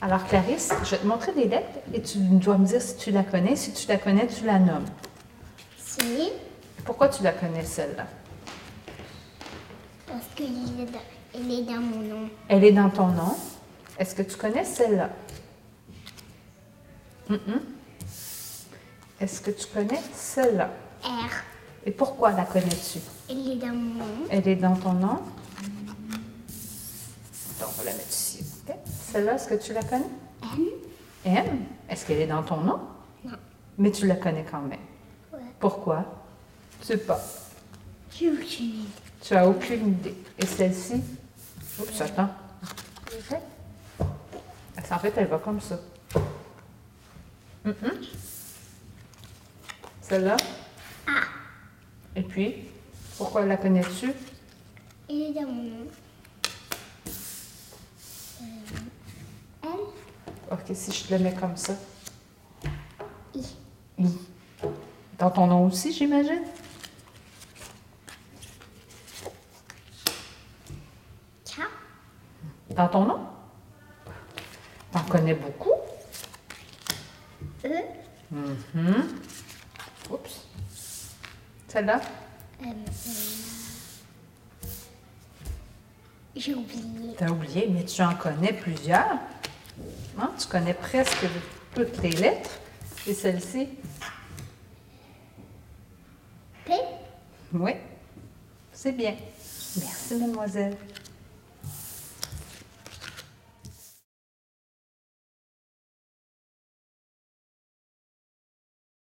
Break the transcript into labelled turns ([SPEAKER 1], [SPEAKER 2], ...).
[SPEAKER 1] Alors, Clarisse, je vais te montrer des lettres et tu dois me dire si tu la connais. Si tu la connais, tu la nommes.
[SPEAKER 2] Si,
[SPEAKER 1] Pourquoi tu la connais, celle-là?
[SPEAKER 2] parce qu'il est, dans- il est dans mon nom.
[SPEAKER 1] Elle est dans ton nom. Est-ce que tu connais celle-là? Mm-mm. Est-ce que tu connais celle-là?
[SPEAKER 2] R,
[SPEAKER 1] Et pourquoi la connais-tu?
[SPEAKER 2] il est dans mon nom.
[SPEAKER 1] Elle est dans ton nom. Donc, on va la mettre ici. OK? Celle-là, est-ce que tu la connais?
[SPEAKER 2] M,
[SPEAKER 1] M, est-ce qu'elle est dans ton nom?
[SPEAKER 2] non.
[SPEAKER 1] Mais tu la connais quand même.
[SPEAKER 2] Ouais.
[SPEAKER 1] Pourquoi? Tu sais pas.
[SPEAKER 2] J'ai aucune idée.
[SPEAKER 1] Tu as aucune idée. Et celle-ci? Oups, attends. Ouais. En fait, elle va comme ça. Mhm. Celle-là? Et puis, pourquoi la connais-tu?
[SPEAKER 2] Il est dans mon nom. Euh,
[SPEAKER 1] Ok, si je te le mets comme ça.
[SPEAKER 2] L, I,
[SPEAKER 1] I. Dans ton nom aussi, j'imagine?
[SPEAKER 2] K,
[SPEAKER 1] Dans ton nom? T'en connais beaucoup?
[SPEAKER 2] E,
[SPEAKER 1] Oups. Celle-là?
[SPEAKER 2] M. J'ai oublié.
[SPEAKER 1] T'as oublié, mais tu en connais plusieurs. Hein? Tu connais presque toutes les lettres. Et celle-ci?
[SPEAKER 2] P,
[SPEAKER 1] Oui. C'est bien. Merci, mademoiselle.